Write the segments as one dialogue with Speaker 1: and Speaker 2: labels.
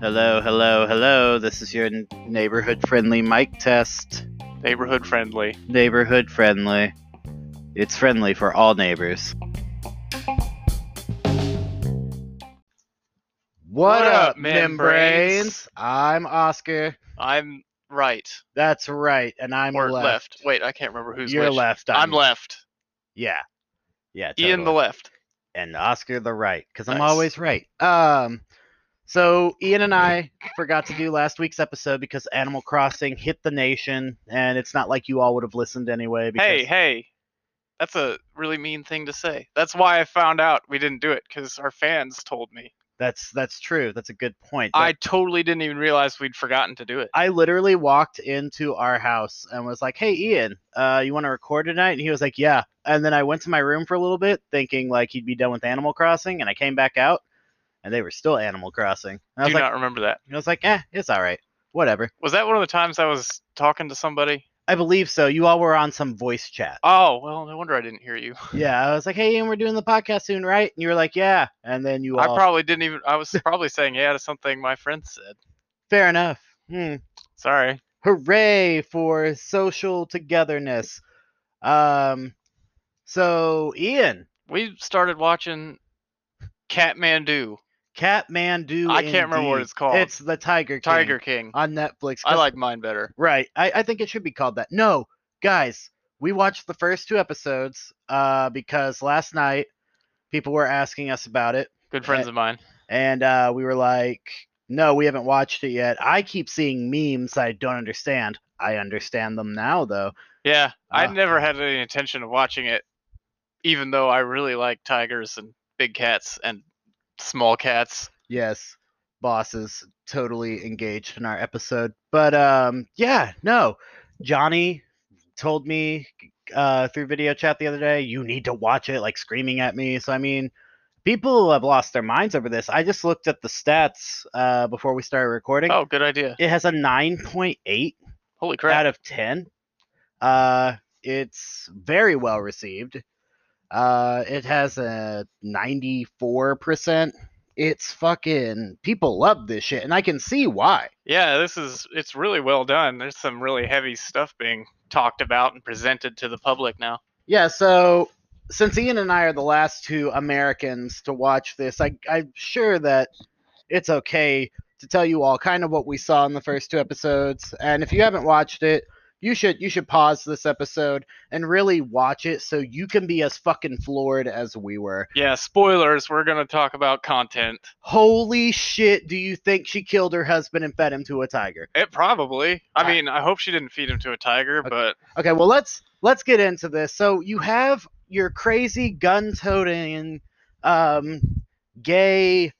Speaker 1: Hello, hello, hello. This is your n- neighborhood friendly mic test.
Speaker 2: Neighborhood
Speaker 1: Mm-hmm.
Speaker 2: friendly.
Speaker 1: Neighborhood friendly. It's friendly for all neighbors. What,
Speaker 2: What
Speaker 1: up,
Speaker 2: up,
Speaker 1: membranes?
Speaker 2: membranes?
Speaker 1: I'm Oscar.
Speaker 2: I'm right
Speaker 1: That's right, and I'm
Speaker 2: or
Speaker 1: left.
Speaker 2: left. Wait, I can't remember who's
Speaker 1: You're
Speaker 2: which.
Speaker 1: left.
Speaker 2: I'm left.
Speaker 1: Yeah, yeah.
Speaker 2: Ian the
Speaker 1: totally.
Speaker 2: left.
Speaker 1: and Oscar the right, because I'm
Speaker 2: Nice.
Speaker 1: always right. Um, so Ian and I forgot to do last week's episode because Animal Crossing hit the nation, and it's not like you all would have listened anyway. Because
Speaker 2: Hey, hey. That's a really mean thing to say. That's why I found out we didn't do it because our fans told me.
Speaker 1: that's that's true. That's a good point.
Speaker 2: I
Speaker 1: That-
Speaker 2: totally didn't even realize we'd forgotten to do it.
Speaker 1: I literally walked into our house and was like, "Hey, Ian, uh, you want to record tonight?" And he was like, "Yeah." And then I went to my room for a little bit, thinking like he'd be done with Animal Crossing, and I came back out, and they were still Animal Crossing. And I was
Speaker 2: do
Speaker 1: like,
Speaker 2: not remember that.
Speaker 1: "I was like, eh, it's all right, whatever."
Speaker 2: Was that one of the times I was talking to somebody?
Speaker 1: I believe so. You all were on some voice chat.
Speaker 2: Oh, well, no wonder I didn't hear you.
Speaker 1: Yeah, I was like, "Hey, Ian, we're doing the podcast soon, right?" And you were like, "Yeah." And then you
Speaker 2: I
Speaker 1: all,
Speaker 2: probably didn't even. I was probably saying yeah to something my friend said.
Speaker 1: fair enough. Hmm.
Speaker 2: Sorry.
Speaker 1: Hooray for social togetherness. Um, so Ian,
Speaker 2: We started watching Catmandu.
Speaker 1: Catmandu.
Speaker 2: I can't remember what
Speaker 1: indeed.
Speaker 2: it's called.
Speaker 1: It's the Tiger King
Speaker 2: Tiger King.
Speaker 1: on Netflix.
Speaker 2: I
Speaker 1: 'cause-
Speaker 2: like mine better.
Speaker 1: Right. I, I think it should be called that. No, guys, we watched the first two episodes uh, because last night people were asking us about it.
Speaker 2: Good friends of mine.
Speaker 1: and uh, we were like, "No, we haven't watched it yet." I keep seeing memes I don't understand. I understand them now, though.
Speaker 2: Yeah, I
Speaker 1: Ah.
Speaker 2: never had any intention of watching it, even though I really like tigers and big cats and small cats.
Speaker 1: Yes, boss is totally engaged in our episode, but um, yeah, no, Johnny told me uh, through video chat the other day, "You need to watch it," like screaming at me. So I mean. People have lost their minds over this. I just looked at the stats uh, before we started recording.
Speaker 2: Oh, good idea.
Speaker 1: It has a 9.8
Speaker 2: Holy crap.
Speaker 1: out of 10. Uh, it's very well received. Uh, it has a 94%. It's fucking people love this shit, and I can see why.
Speaker 2: Yeah, this is it's really well done. There's some really heavy stuff being talked about and presented to the public now.
Speaker 1: Yeah, so since Ian and I are the last two Americans to watch this, I, I'm sure that it's okay to tell you all kind of what we saw in the first two episodes. And if you haven't watched it, you should you should pause this episode and really watch it so you can be as fucking floored as we were.
Speaker 2: Yeah, spoilers, we're going to talk about content.
Speaker 1: Holy shit, do you think she killed her husband and fed him to a tiger?
Speaker 2: It probably.
Speaker 1: Ah.
Speaker 2: I mean, I hope she didn't feed him to a tiger,
Speaker 1: Okay.
Speaker 2: but
Speaker 1: Okay, well let's let's get into this. So you have your crazy gun-toting, um, gay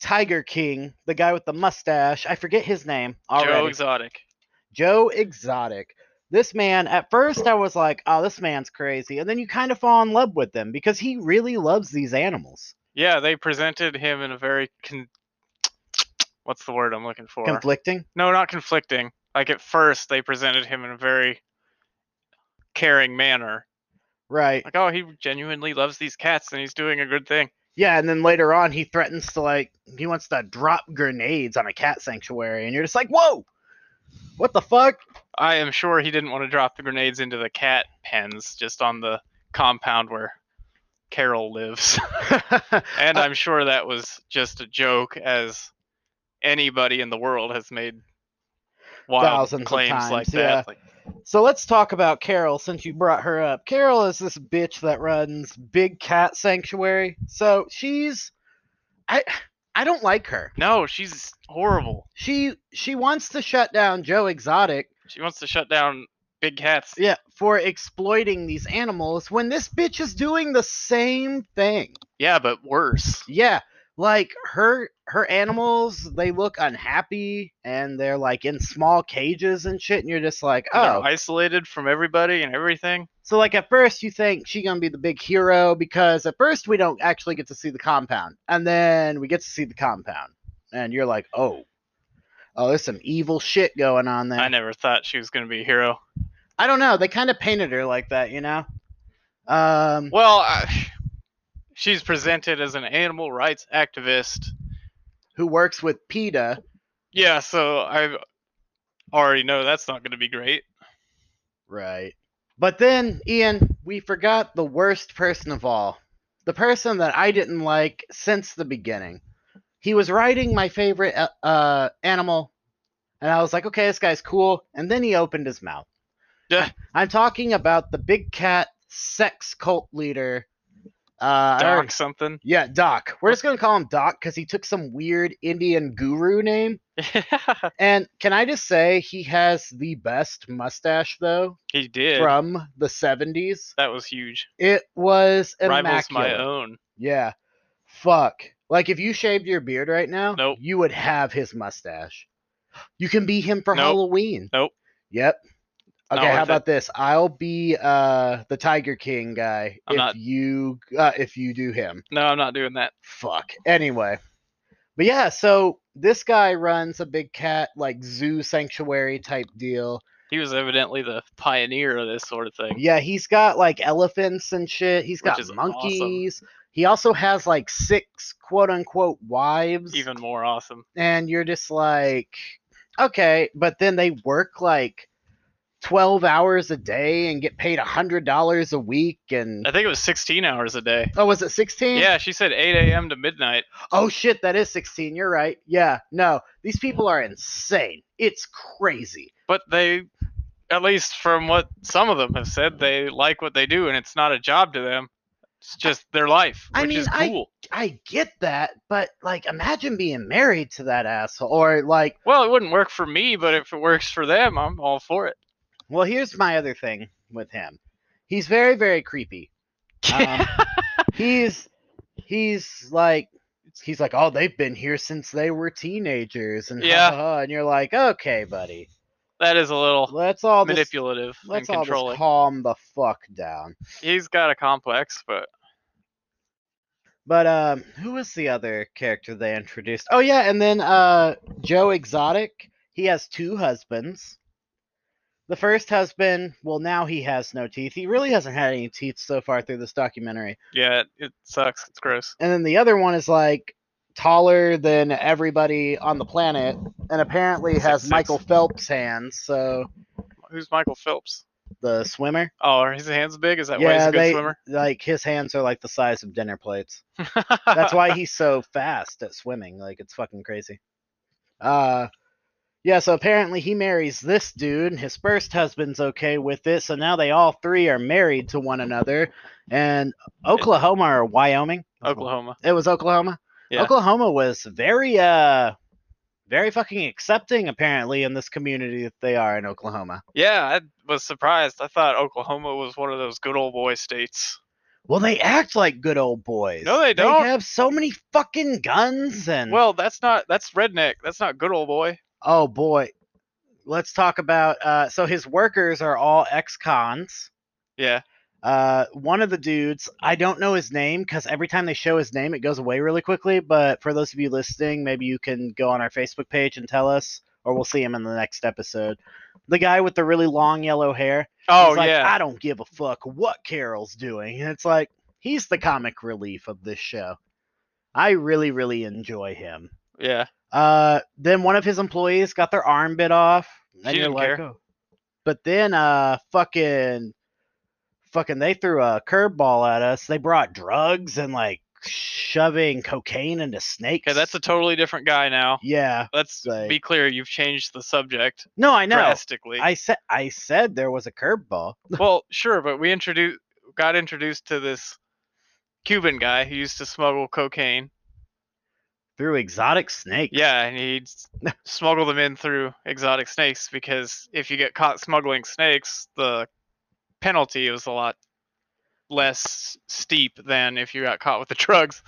Speaker 1: Tiger King, the guy with the mustache. I forget his name
Speaker 2: Joe
Speaker 1: already.
Speaker 2: Exotic.
Speaker 1: Joe Exotic. This man, at first, I was like, "Oh, this man's crazy," and then you kind of fall in love with him because he really loves these animals.
Speaker 2: Yeah, they presented him in a very con- what's the word I'm looking for?
Speaker 1: Conflicting.
Speaker 2: no, not conflicting. Like at first, they presented him in a very caring manner.
Speaker 1: Right.
Speaker 2: Like, oh, he genuinely loves these cats and he's doing a good thing.
Speaker 1: Yeah, and then later on, he threatens to like he wants to drop grenades on a cat sanctuary, and you're just like, "Whoa, what the fuck?"
Speaker 2: I am sure he didn't want to drop the grenades into the cat pens just on the compound where Carol lives. and
Speaker 1: Uh,
Speaker 2: I'm sure that was just a joke, as anybody in the world has made wild
Speaker 1: Thousands of
Speaker 2: claims
Speaker 1: times,
Speaker 2: like that.
Speaker 1: yeah.
Speaker 2: Like,
Speaker 1: So let's talk about Carol since you brought her up. Carol is this bitch that runs Big Cat Sanctuary. So she's I I don't like her.
Speaker 2: no, she's horrible.
Speaker 1: She she wants to shut down Joe Exotic,
Speaker 2: She wants to shut down big cats.
Speaker 1: yeah, for exploiting these animals when this bitch is doing the same thing.
Speaker 2: Yeah, but worse.
Speaker 1: Yeah, like her her animals, they look unhappy and they're like in small cages and shit and you're just like,
Speaker 2: and
Speaker 1: "Oh,
Speaker 2: they're isolated from everybody and everything.
Speaker 1: So like at first you think she gonna be the big hero because at first we don't actually get to see the compound, and then we get to see the compound, and you're like, oh, oh, there's some evil shit going on there.
Speaker 2: I never thought she was going to be a hero.
Speaker 1: I don't know. They kind of painted her like that, you know. Um,
Speaker 2: Well, I, She's presented as an animal rights activist.
Speaker 1: who works with PETA.
Speaker 2: Yeah, so I already know that's not going to be great.
Speaker 1: Right. But then, Ian, we forgot the worst person of all. The person that I didn't like since the beginning. He was riding my favorite uh, uh, animal, and I was like, okay, this guy's cool. And then he opened his mouth.
Speaker 2: Yeah.
Speaker 1: I'm talking about the big cat sex cult leader. Uh, I already-
Speaker 2: Doc something.
Speaker 1: Yeah, Doc. We're just going to call him Doc because he took some weird Indian guru name. And can I just say, he has the best mustache, though?
Speaker 2: he did.
Speaker 1: from the 70s.
Speaker 2: That was huge.
Speaker 1: It was
Speaker 2: Rivals
Speaker 1: immaculate.
Speaker 2: my own.
Speaker 1: Yeah. Fuck. Like if you shaved your beard right now,
Speaker 2: Nope.
Speaker 1: you would have his mustache. You can be him for
Speaker 2: Nope.
Speaker 1: Halloween.
Speaker 2: Nope.
Speaker 1: Yep.
Speaker 2: Not
Speaker 1: Okay,
Speaker 2: worth
Speaker 1: how
Speaker 2: it.
Speaker 1: about this? I'll be uh the Tiger King guy
Speaker 2: I'm
Speaker 1: if
Speaker 2: not-
Speaker 1: you uh, if you do him.
Speaker 2: No, I'm not doing that.
Speaker 1: Fuck. Anyway. But yeah, so this guy runs a big cat like zoo sanctuary type deal.
Speaker 2: He was evidently the pioneer of this sort of thing.
Speaker 1: Yeah, he's got like elephants and shit. He's
Speaker 2: Which
Speaker 1: got
Speaker 2: is awesome.
Speaker 1: monkeys. He also has like six quote unquote wives.
Speaker 2: Even more awesome.
Speaker 1: And you're just like, okay, but then they work like 12 hours a day and get paid $100 a week. And
Speaker 2: I think it was 16 hours a day.
Speaker 1: oh, was it 16?
Speaker 2: Yeah, she said 8 a.m. to midnight.
Speaker 1: Oh shit, that is 16. You're right. Yeah, no, these people are insane. It's crazy.
Speaker 2: But they, at least from what some of them have said, they like what they do and it's not a job to them. It's just their life, which
Speaker 1: I mean,
Speaker 2: is
Speaker 1: I-
Speaker 2: cool.
Speaker 1: I get that, but like, imagine being married to that asshole or like,
Speaker 2: Well, it wouldn't work for me, but if it works for them, I'm all for it.
Speaker 1: Well, here's my other thing with him. He's very, very creepy. Um, he's he's like he's like, oh, they've been here since they were teenagers, and
Speaker 2: Yeah.
Speaker 1: ha-ha-ha," and you're like, okay, buddy,
Speaker 2: that is a little
Speaker 1: let's all just
Speaker 2: manipulative and
Speaker 1: let's all just
Speaker 2: controlling.
Speaker 1: calm the fuck down.
Speaker 2: He's got a complex, but
Speaker 1: But um, who was the other character they introduced? Oh yeah, and then uh, Joe Exotic. He has two husbands. The first husband, well, now he has no teeth. He really hasn't had any teeth so far through this documentary.
Speaker 2: yeah, it, it sucks. It's gross.
Speaker 1: and then the other one is like taller than everybody on the planet and apparently has
Speaker 2: six.
Speaker 1: michael phelps hands so
Speaker 2: Who's Michael Phelps?
Speaker 1: the swimmer
Speaker 2: Oh, are his hands big? Is that why he's a good
Speaker 1: they
Speaker 2: swimmer?
Speaker 1: like his hands are like the size of dinner plates that's why he's so fast at swimming like it's fucking crazy uh yeah so apparently he marries this dude and his first husband's okay with it so now they all three are married to one another and oklahoma or wyoming
Speaker 2: Oklahoma.
Speaker 1: It was Oklahoma.
Speaker 2: Yeah.
Speaker 1: Oklahoma was very uh very fucking accepting apparently in this community that they are in Oklahoma.
Speaker 2: Yeah, I was surprised. I thought Oklahoma was one of those good old boy states.
Speaker 1: Well, they act like good old boys.
Speaker 2: No, they don't.
Speaker 1: They have so many fucking guns and
Speaker 2: Well, that's not that's redneck. That's not good old boy.
Speaker 1: oh boy. Let's talk about uh so his workers are all ex-cons.
Speaker 2: Yeah.
Speaker 1: Uh one of the dudes, I don't know his name cuz every time they show his name it goes away really quickly, but for those of you listening, maybe you can go on our Facebook page and tell us or we'll see him in the next episode. The guy with the really long yellow hair.
Speaker 2: Oh
Speaker 1: He's like, "Ah."
Speaker 2: yeah.
Speaker 1: I don't give a fuck what Carol's doing. And it's like, he's the comic relief of this show. I really, really enjoy him.
Speaker 2: yeah.
Speaker 1: Uh, then one of his employees got their arm bit off. And
Speaker 2: She
Speaker 1: you're
Speaker 2: didn't
Speaker 1: like,
Speaker 2: care.
Speaker 1: "Oh." But then, uh, fucking, fucking, they threw a curveball at us. They brought drugs and like shoving cocaine into snakes.
Speaker 2: Okay, that's a totally different guy now.
Speaker 1: yeah.
Speaker 2: Let's
Speaker 1: Like-
Speaker 2: be clear, you've changed the subject
Speaker 1: No, I know.
Speaker 2: drastically.
Speaker 1: I said, I said there was a curveball.
Speaker 2: well, sure, but we introduced got introduced to this Cuban guy who used to smuggle cocaine.
Speaker 1: Through exotic snakes.
Speaker 2: Yeah, and he'd s- smuggle them in through exotic snakes because if you get caught smuggling snakes, the penalty was a lot less steep than if you got caught with the drugs.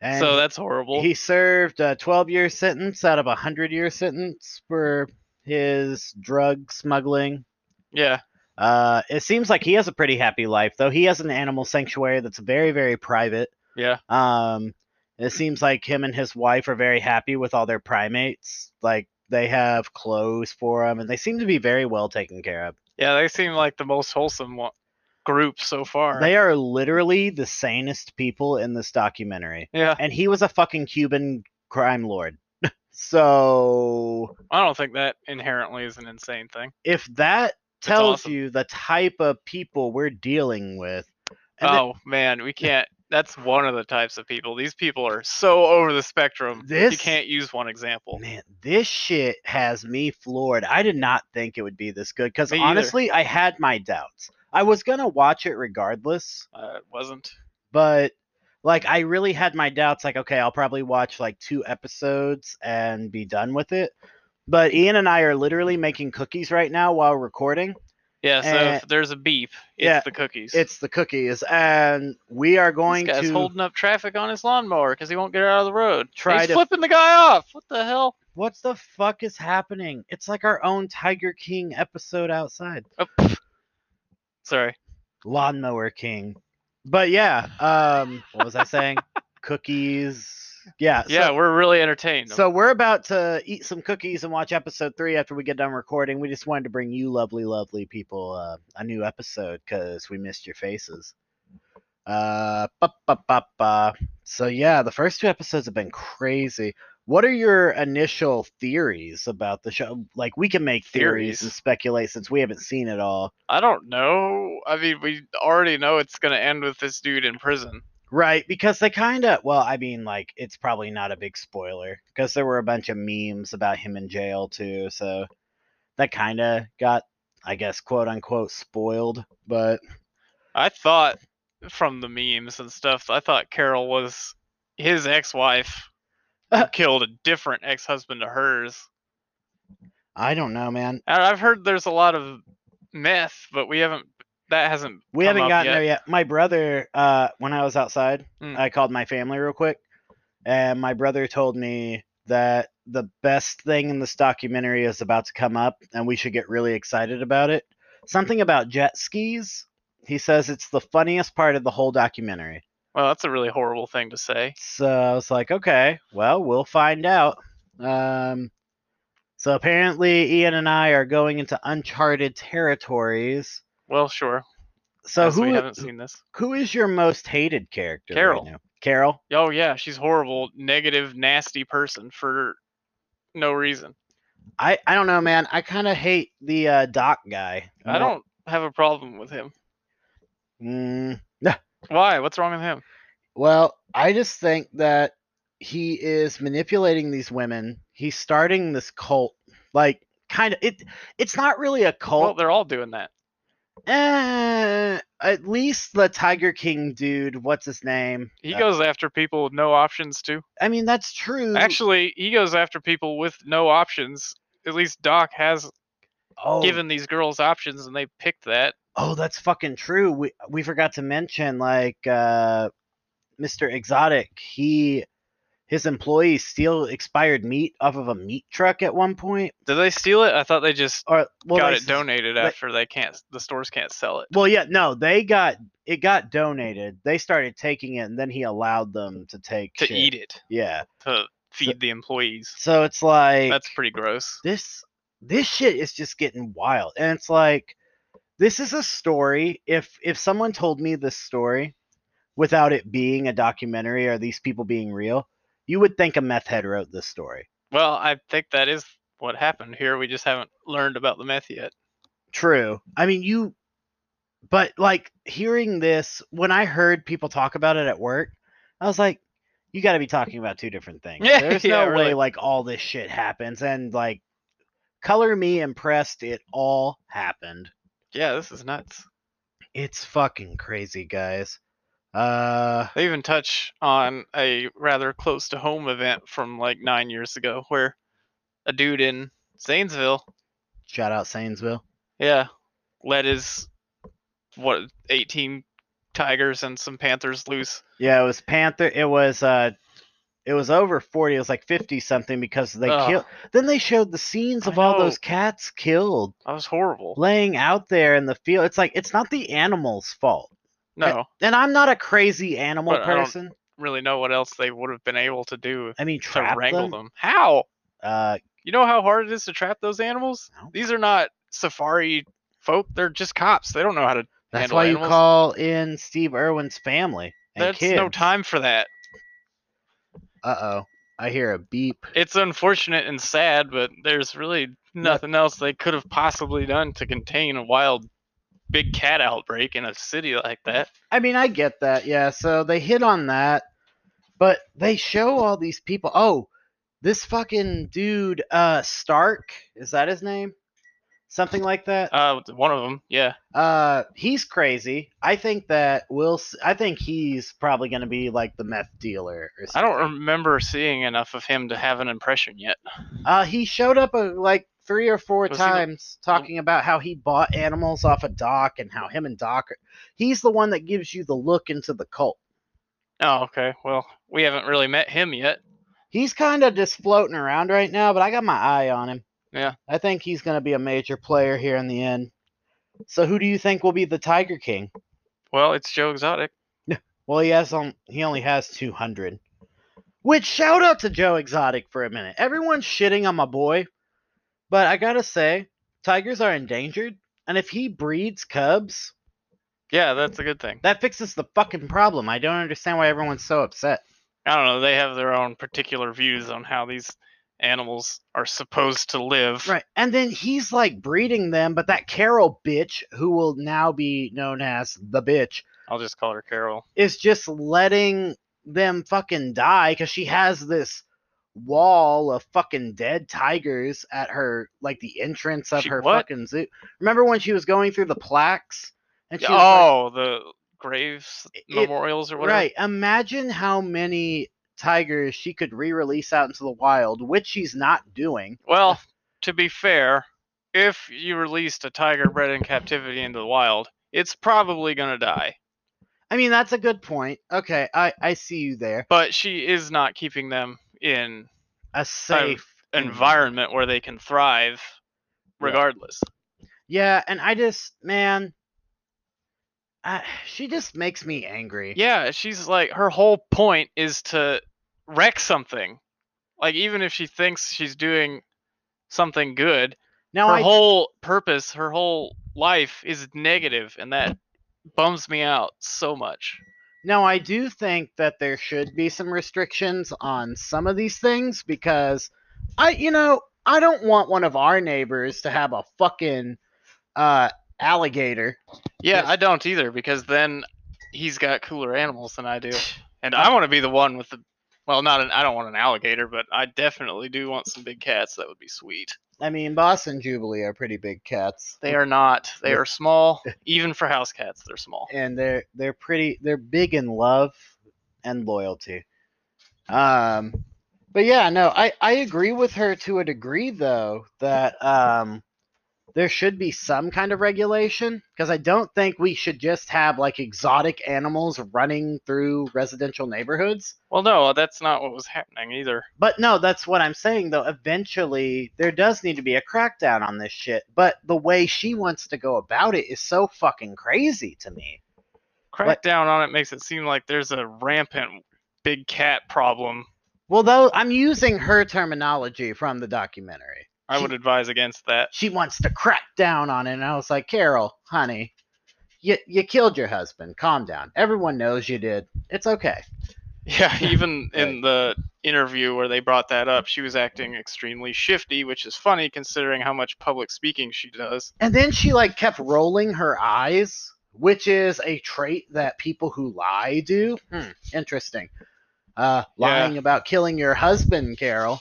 Speaker 1: And
Speaker 2: so that's horrible.
Speaker 1: He served a 12 year sentence out of a 100 year sentence for his drug smuggling.
Speaker 2: yeah,
Speaker 1: Uh, it seems like he has a pretty happy life, though. He has an animal sanctuary that's very, very private.
Speaker 2: yeah.
Speaker 1: Um, it seems like him and his wife are very happy with all their primates. Like, they have clothes for them, and they seem to be very well taken care of.
Speaker 2: Yeah, they seem like the most wholesome one. group so far.
Speaker 1: They are literally the sanest people in this documentary.
Speaker 2: yeah,
Speaker 1: And he was a fucking Cuban crime lord. so
Speaker 2: I don't think that inherently is an insane thing.
Speaker 1: if that tells
Speaker 2: awesome.
Speaker 1: you the type of people we're dealing with, and th-
Speaker 2: oh man, we can't. That's one of the types of people. These people are so over the spectrum.
Speaker 1: This-
Speaker 2: you can't use one example.
Speaker 1: Man, this shit has me floored. I did not think it would be this good because
Speaker 2: Me either.
Speaker 1: honestly, I had my doubts. I was gonna watch it regardless,
Speaker 2: Uh, it wasn't.
Speaker 1: but like I really had my doubts. Like, okay, I'll probably watch like two episodes and be done with it. But Ian and I are literally making cookies right now while recording.
Speaker 2: Yeah. So
Speaker 1: Eh,
Speaker 2: if there's a beep, it's
Speaker 1: yeah,
Speaker 2: the cookies.
Speaker 1: It's the cookies, and we are going
Speaker 2: this guy's
Speaker 1: to
Speaker 2: holding up traffic on his lawnmower because he won't get out of the road.
Speaker 1: Try
Speaker 2: He's
Speaker 1: to-
Speaker 2: flipping the guy off. What the hell?
Speaker 1: What the fuck is happening? It's like our own Tiger King episode outside.
Speaker 2: Oh, pff. Sorry.
Speaker 1: Lawnmower King. But yeah, um what was I saying? Cookies. Yeah. so-
Speaker 2: yeah, we're really entertained.
Speaker 1: So we're about to eat some cookies and watch episode three after we get done recording. We just wanted to bring you lovely, lovely people uh, a new episode because we missed your faces. Uh, ba, ba, ba, ba. So yeah, the first two episodes have been crazy. What are your initial theories about the show? Like we can make theories, and
Speaker 2: Theories?
Speaker 1: speculate since we haven't seen it all.
Speaker 2: I don't know. I mean, we already know it's gonna end with this dude in prison.
Speaker 1: Right, because they kind of, well, I mean, like, it's probably not a big spoiler because there were a bunch of memes about him in jail, too. So that kind of got, I guess, quote unquote, spoiled. But
Speaker 2: I thought from the memes and stuff, I thought Carol was his ex-wife who killed a different ex-husband to hers.
Speaker 1: I don't know, man.
Speaker 2: And I've heard there's a lot of myth, but we haven't. That hasn't.
Speaker 1: We
Speaker 2: come
Speaker 1: haven't
Speaker 2: up
Speaker 1: gotten
Speaker 2: yet.
Speaker 1: there yet. My brother, uh, when I was outside,
Speaker 2: Mm.
Speaker 1: I called my family real quick, and my brother told me that the best thing in this documentary is about to come up, and we should get really excited about it. Something about jet skis. He says it's the funniest part of the whole documentary.
Speaker 2: Well, that's a really horrible thing to say.
Speaker 1: So I was like, okay, well, we'll find out. Um, so apparently, Ian and I are going into uncharted territories.
Speaker 2: Well, sure.
Speaker 1: So
Speaker 2: as we
Speaker 1: who
Speaker 2: haven't seen this.
Speaker 1: who is your most hated character? right
Speaker 2: Carol.
Speaker 1: now? Carol.
Speaker 2: Oh yeah, she's horrible, negative, nasty person for no reason.
Speaker 1: I, I don't know, man. I kind of hate the uh, doc guy.
Speaker 2: I don't have a problem with him.
Speaker 1: Mm,
Speaker 2: Why? What's wrong with him?
Speaker 1: well, I just think that he is manipulating these women. He's starting this cult, like kind of it. It's not really a
Speaker 2: Well,
Speaker 1: cult.
Speaker 2: they're all doing that.
Speaker 1: Eh, at least the Tiger King dude. What's his name?
Speaker 2: He
Speaker 1: Uh,
Speaker 2: goes after people with no options too.
Speaker 1: I mean, that's true.
Speaker 2: Actually, he goes after people with no options. At least Doc has
Speaker 1: oh,
Speaker 2: given these girls options, and they picked that.
Speaker 1: oh, that's fucking true. We we forgot to mention like uh, Mr. Exotic. He his employees steal expired meat off of a meat truck at one point.
Speaker 2: Did they steal it? I thought they just
Speaker 1: Or well,
Speaker 2: got
Speaker 1: they
Speaker 2: it
Speaker 1: s-
Speaker 2: donated
Speaker 1: they-
Speaker 2: after they can't. The stores can't sell it.
Speaker 1: Well, yeah, no, they got it got donated. They started taking it, and then he allowed them to take
Speaker 2: to
Speaker 1: shit.
Speaker 2: eat it
Speaker 1: Yeah,
Speaker 2: to feed the employees.
Speaker 1: so it's like
Speaker 2: That's pretty gross.
Speaker 1: this this shit is just getting wild and it's like this is a story if if someone told me this story without it being a documentary or these people being real you would think a meth head wrote this story
Speaker 2: Well, I think that is what happened here. We just haven't learned about the meth yet.
Speaker 1: true i mean you but like hearing this when i heard people talk about it at work i was like you got to be talking about two different things
Speaker 2: Yeah,
Speaker 1: there's
Speaker 2: yeah,
Speaker 1: no way
Speaker 2: really.
Speaker 1: like all this shit happens and like color me impressed it all happened
Speaker 2: Yeah, this is nuts.
Speaker 1: It's fucking crazy, guys. Uh,
Speaker 2: They even touch on a rather close to home event from like nine years ago where a dude in Zanesville,
Speaker 1: shout out Sainsville.
Speaker 2: yeah, let his what 18 tigers and some panthers loose.
Speaker 1: Yeah, it was Panther. It was uh, it was over forty. It was like fifty something because they
Speaker 2: Ugh.
Speaker 1: killed. Then they showed the scenes
Speaker 2: I
Speaker 1: of all
Speaker 2: know.
Speaker 1: those cats killed
Speaker 2: That was horrible.
Speaker 1: laying out there in the field. It's like it's not the animal's fault.
Speaker 2: No,
Speaker 1: And I'm not a crazy animal
Speaker 2: But I don't
Speaker 1: person.
Speaker 2: really know what else they would have been able to do
Speaker 1: I, mean,
Speaker 2: to
Speaker 1: trap
Speaker 2: wrangle
Speaker 1: them.
Speaker 2: them. How?
Speaker 1: Uh,
Speaker 2: You know how hard it is to trap those animals?
Speaker 1: No.
Speaker 2: These are not safari folk. They're just cops. They don't know how to
Speaker 1: That's
Speaker 2: handle
Speaker 1: why you
Speaker 2: animals.
Speaker 1: call in Steve Irwin's family. And
Speaker 2: There's
Speaker 1: kids.
Speaker 2: no time for that.
Speaker 1: Uh oh. I hear a beep.
Speaker 2: It's unfortunate and sad, but there's really nothing else they could have possibly done to contain a wild big cat outbreak in a city like that.
Speaker 1: I mean, I get that. Yeah. So they hit on that, but they show all these people. Oh, this fucking dude, uh, Stark. Is that his name? Something like that.
Speaker 2: Uh, one of them, yeah.
Speaker 1: Uh, he's crazy. I think that Will. S- I think he's probably going to be like the meth dealer or
Speaker 2: I
Speaker 1: something.
Speaker 2: don't remember seeing enough of him to have an impression yet.
Speaker 1: Uh, he showed up uh, like three or four
Speaker 2: Was he the-
Speaker 1: times talking about how he bought animals off a Doc and how him and Doc. Are, he's the one that gives you the look into the cult.
Speaker 2: Oh, okay. Well, we haven't really met him yet.
Speaker 1: He's kind of just floating around right now, but I got my eye on him.
Speaker 2: Yeah.
Speaker 1: I think he's going to be a major player here in the end. So who do you think will be the Tiger King?
Speaker 2: Well, it's Joe Exotic.
Speaker 1: Well, he has on he only has 200. Which shout out to Joe Exotic for a minute. Everyone's shitting on my boy, but I got to say, tigers are endangered, and if he breeds cubs,
Speaker 2: Yeah, that's a good thing.
Speaker 1: that fixes the fucking problem. I don't understand why everyone's so upset.
Speaker 2: I don't know. They have their own particular views on how these animals are supposed to live.
Speaker 1: Right. And then he's like breeding them, but that Carol bitch, who will now be known as the bitch,
Speaker 2: I'll just call her Carol.
Speaker 1: is just letting them fucking die because she has this wall of fucking dead tigers at her like the entrance of
Speaker 2: She-
Speaker 1: her
Speaker 2: what?
Speaker 1: fucking zoo. Remember when she was going through the plaques and she was
Speaker 2: Oh, the graves,
Speaker 1: It-
Speaker 2: memorials, or
Speaker 1: like,
Speaker 2: whatever.
Speaker 1: right? Imagine how many tigers she could re-release out into the wild, which she's not doing.
Speaker 2: Well, to be fair, if you released a tiger bred in captivity into the wild, it's probably gonna die.
Speaker 1: I mean, that's a good point. Okay, I I see you there.
Speaker 2: But she is not keeping them in
Speaker 1: A safe
Speaker 2: environment where they can thrive,
Speaker 1: Mm-hmm. Yeah.
Speaker 2: regardless.
Speaker 1: Yeah, and I just man, I, she just makes me angry.
Speaker 2: Yeah, she's like her whole point is to wreck something. Like even if she thinks she's doing something good,
Speaker 1: Now
Speaker 2: her
Speaker 1: I
Speaker 2: whole purpose, her whole life is negative and that bums me out so much.
Speaker 1: Now, I do think that there should be some restrictions on some of these things because I, you know, I don't want one of our neighbors to have a fucking uh, alligator.
Speaker 2: Yeah,
Speaker 1: Yes.
Speaker 2: I don't either because then he's got cooler animals than I do. And I want to be the one with the well, not an I don't want an alligator, but I definitely do want some big cats. That would be sweet.
Speaker 1: I mean, Boss and Jubilee are pretty big cats.
Speaker 2: They are not. They
Speaker 1: Yeah.
Speaker 2: are small. Even for house cats, they're small.
Speaker 1: and they're they're pretty they're big in love and loyalty um but yeah no i i agree with her to a degree though that um there should be some kind of regulation because i don't think we should just have like exotic animals running through residential neighborhoods
Speaker 2: Well, no, that's not what was happening either.
Speaker 1: but no that's what i'm saying though eventually there does need to be a crackdown on this shit but the way she wants to go about it is so fucking crazy to me What-
Speaker 2: Crackdown on it makes it seem like there's a rampant big cat problem.
Speaker 1: Well, though I'm using her terminology from the documentary.
Speaker 2: I would advise against that.
Speaker 1: She wants to crack down on it, and I was like, Carol, honey, you you killed your husband. Calm down. Everyone knows you did. It's okay.
Speaker 2: Yeah, even in the interview where they brought that up, she was acting extremely shifty, which is funny considering how much public speaking she does.
Speaker 1: And then she like kept rolling her eyes, which is a trait that people who lie do. Hmm, interesting. Uh,
Speaker 2: Yeah.
Speaker 1: lying about killing your husband, Carol.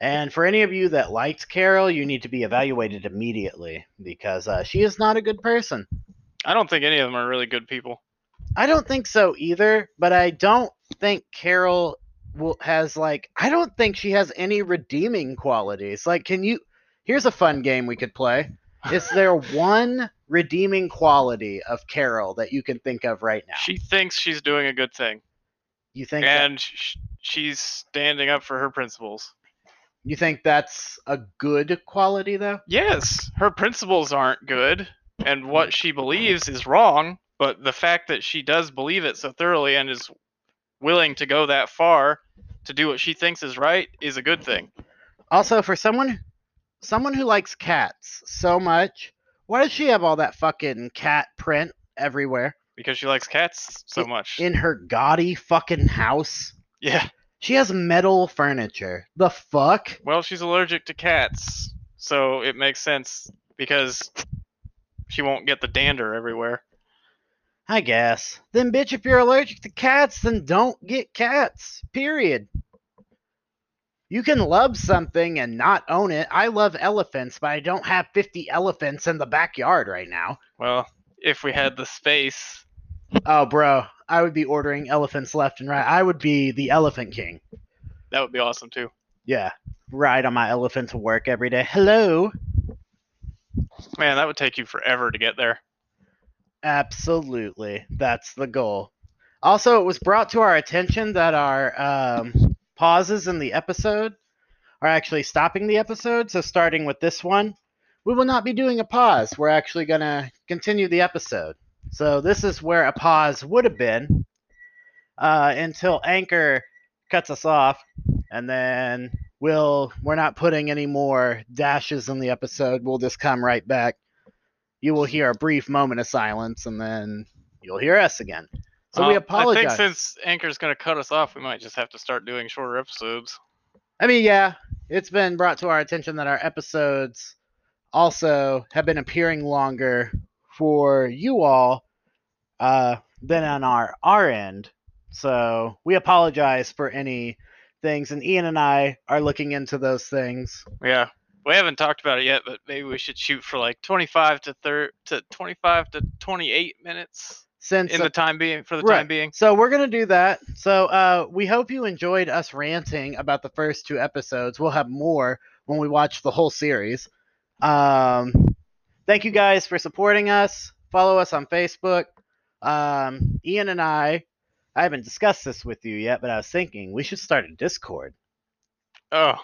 Speaker 1: And for any of you that liked Carol, you need to be evaluated immediately because uh, she is not a good person.
Speaker 2: I don't think any of them are really good people.
Speaker 1: I don't think so either, but I don't think Carol will has like I don't think she has any redeeming qualities. Like can you Here's a fun game we could play. Is there one redeeming quality of Carol that you can think of right now?
Speaker 2: She thinks she's doing a good thing,
Speaker 1: You think that-
Speaker 2: and sh- she's standing up for her principles.
Speaker 1: you think that's a good quality though?
Speaker 2: Yes, her principles aren't good, and what she believes is wrong, but the fact that she does believe it so thoroughly and is willing to go that far to do what she thinks is right is a good thing.
Speaker 1: Also for someone someone who likes cats so much Why does she have all that fucking cat print everywhere
Speaker 2: because she likes cats so
Speaker 1: It-
Speaker 2: much.
Speaker 1: in her gaudy fucking house?
Speaker 2: yeah.
Speaker 1: She has metal furniture. The fuck?
Speaker 2: Well, she's allergic to cats, so it makes sense because she won't get the dander everywhere.
Speaker 1: I guess. Then, bitch, if you're allergic to cats, then don't get cats. Period. You can love something and not own it. I love elephants, but I don't have 50 elephants in the backyard right now.
Speaker 2: Well, if we had the space,
Speaker 1: Oh, bro. I would be ordering elephants left and right. I would be the elephant king.
Speaker 2: that would be awesome too.
Speaker 1: Yeah. Ride on my elephant to work every day. Hello.
Speaker 2: Man, that would take you forever to get there.
Speaker 1: Absolutely. That's the goal. Also, it was brought to our attention that our um, pauses in the episode are actually stopping the episode. So, starting with this one, we will not be doing a pause. We're actually going to continue the episode. So, this is where a pause would have been uh, until Anchor cuts us off, and then we'll we're not putting any more dashes in the episode. We'll just come right back you will hear a brief moment of silence and then you'll hear us again. So we
Speaker 2: Uh, I
Speaker 1: apologize. I,
Speaker 2: think since Anchor's going to cut us off, we might just have to start doing shorter episodes.
Speaker 1: mean, yeah, it's been brought to our attention that our episodes also have been appearing longer for you all uh, than on our our end. So we apologize for any things, and Ian and I are looking into those things.
Speaker 2: Yeah. We haven't talked about it yet, but maybe we should shoot for like 25 to 30 to 25 to 28 minutes
Speaker 1: Since
Speaker 2: in the time being for the
Speaker 1: Right.
Speaker 2: time being.
Speaker 1: So we're gonna do that. So uh, we hope you enjoyed us ranting about the first two episodes. We'll have more when we watch the whole series. Um, thank you guys for supporting us. Follow us on Facebook. Um, Ian and I, I haven't discussed this with you yet, but I was thinking we should start a Discord.
Speaker 2: Oh,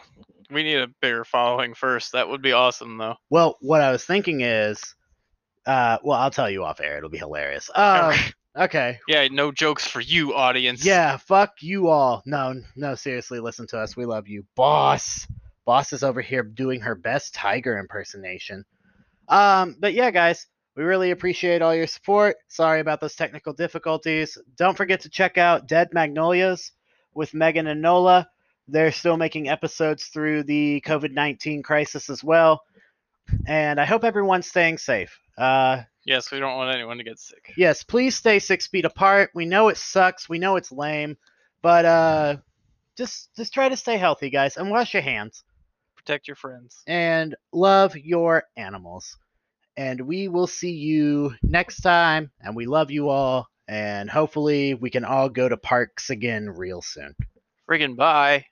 Speaker 2: we need a bigger following first. That would be awesome though.
Speaker 1: Well, what I was thinking is, uh, well, I'll tell you off air. It'll be hilarious. Um, okay.
Speaker 2: Yeah, no jokes for you, audience.
Speaker 1: Yeah, fuck you all. No, n- no, seriously, listen to us. We love you. Boss. Boss is over here doing her best tiger impersonation. Um, but yeah, guys, we really appreciate all your support. Sorry about those technical difficulties. Don't forget to check out Dead Magnolias with Megan and Nola. They're still making episodes through the COVID 19 crisis as well. And I hope everyone's staying safe. Uh,
Speaker 2: Yes, we don't want anyone to get sick.
Speaker 1: yes, please stay six feet apart. We know it sucks. We know it's lame, but uh, just just try to stay healthy, guys, and wash your hands
Speaker 2: Protect your friends.
Speaker 1: and love your animals. And we will see you next time. And we love you all. And hopefully, we can all go to parks again real soon.
Speaker 2: Friggin' bye.